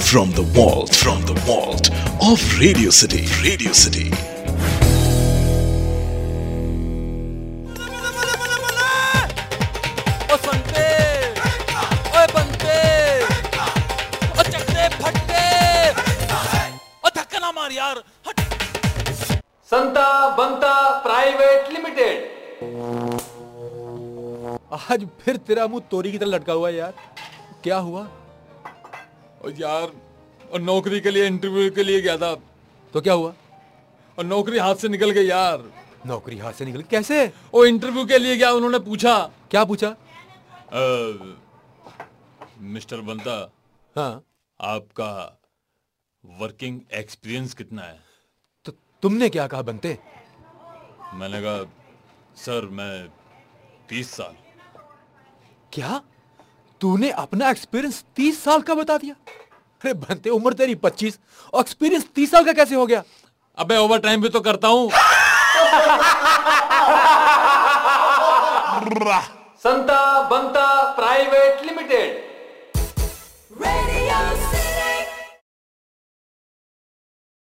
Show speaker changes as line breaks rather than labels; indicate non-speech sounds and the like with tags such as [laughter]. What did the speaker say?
from the vault from the vault of Radio City Radio City
ओ संते ओए बनते ओ चकते फटते ओ धक्का ना मार यार हट
संता बनता प्राइवेट लिमिटेड
आज फिर तेरा मुंह तोरी की तरह लटका हुआ है यार क्या हुआ
और यार और नौकरी के लिए इंटरव्यू के लिए गया था
तो क्या हुआ
और नौकरी हाथ से निकल गई यार
नौकरी हाथ से निकल गई। कैसे
और इंटरव्यू के लिए गया उन्होंने पूछा
क्या पूछा
"अ, मिस्टर बनता
हाँ
आपका वर्किंग एक्सपीरियंस कितना है
तो तुमने क्या कहा बनते
मैंने कहा सर मैं तीस साल
क्या तूने अपना एक्सपीरियंस तीस साल का बता दिया अरे बनते उम्र तेरी पच्चीस और एक्सपीरियंस तीस साल का कैसे हो गया
अबे ओवर टाइम भी तो करता [laughs] हूँ संता बनता प्राइवेट लिमिटेड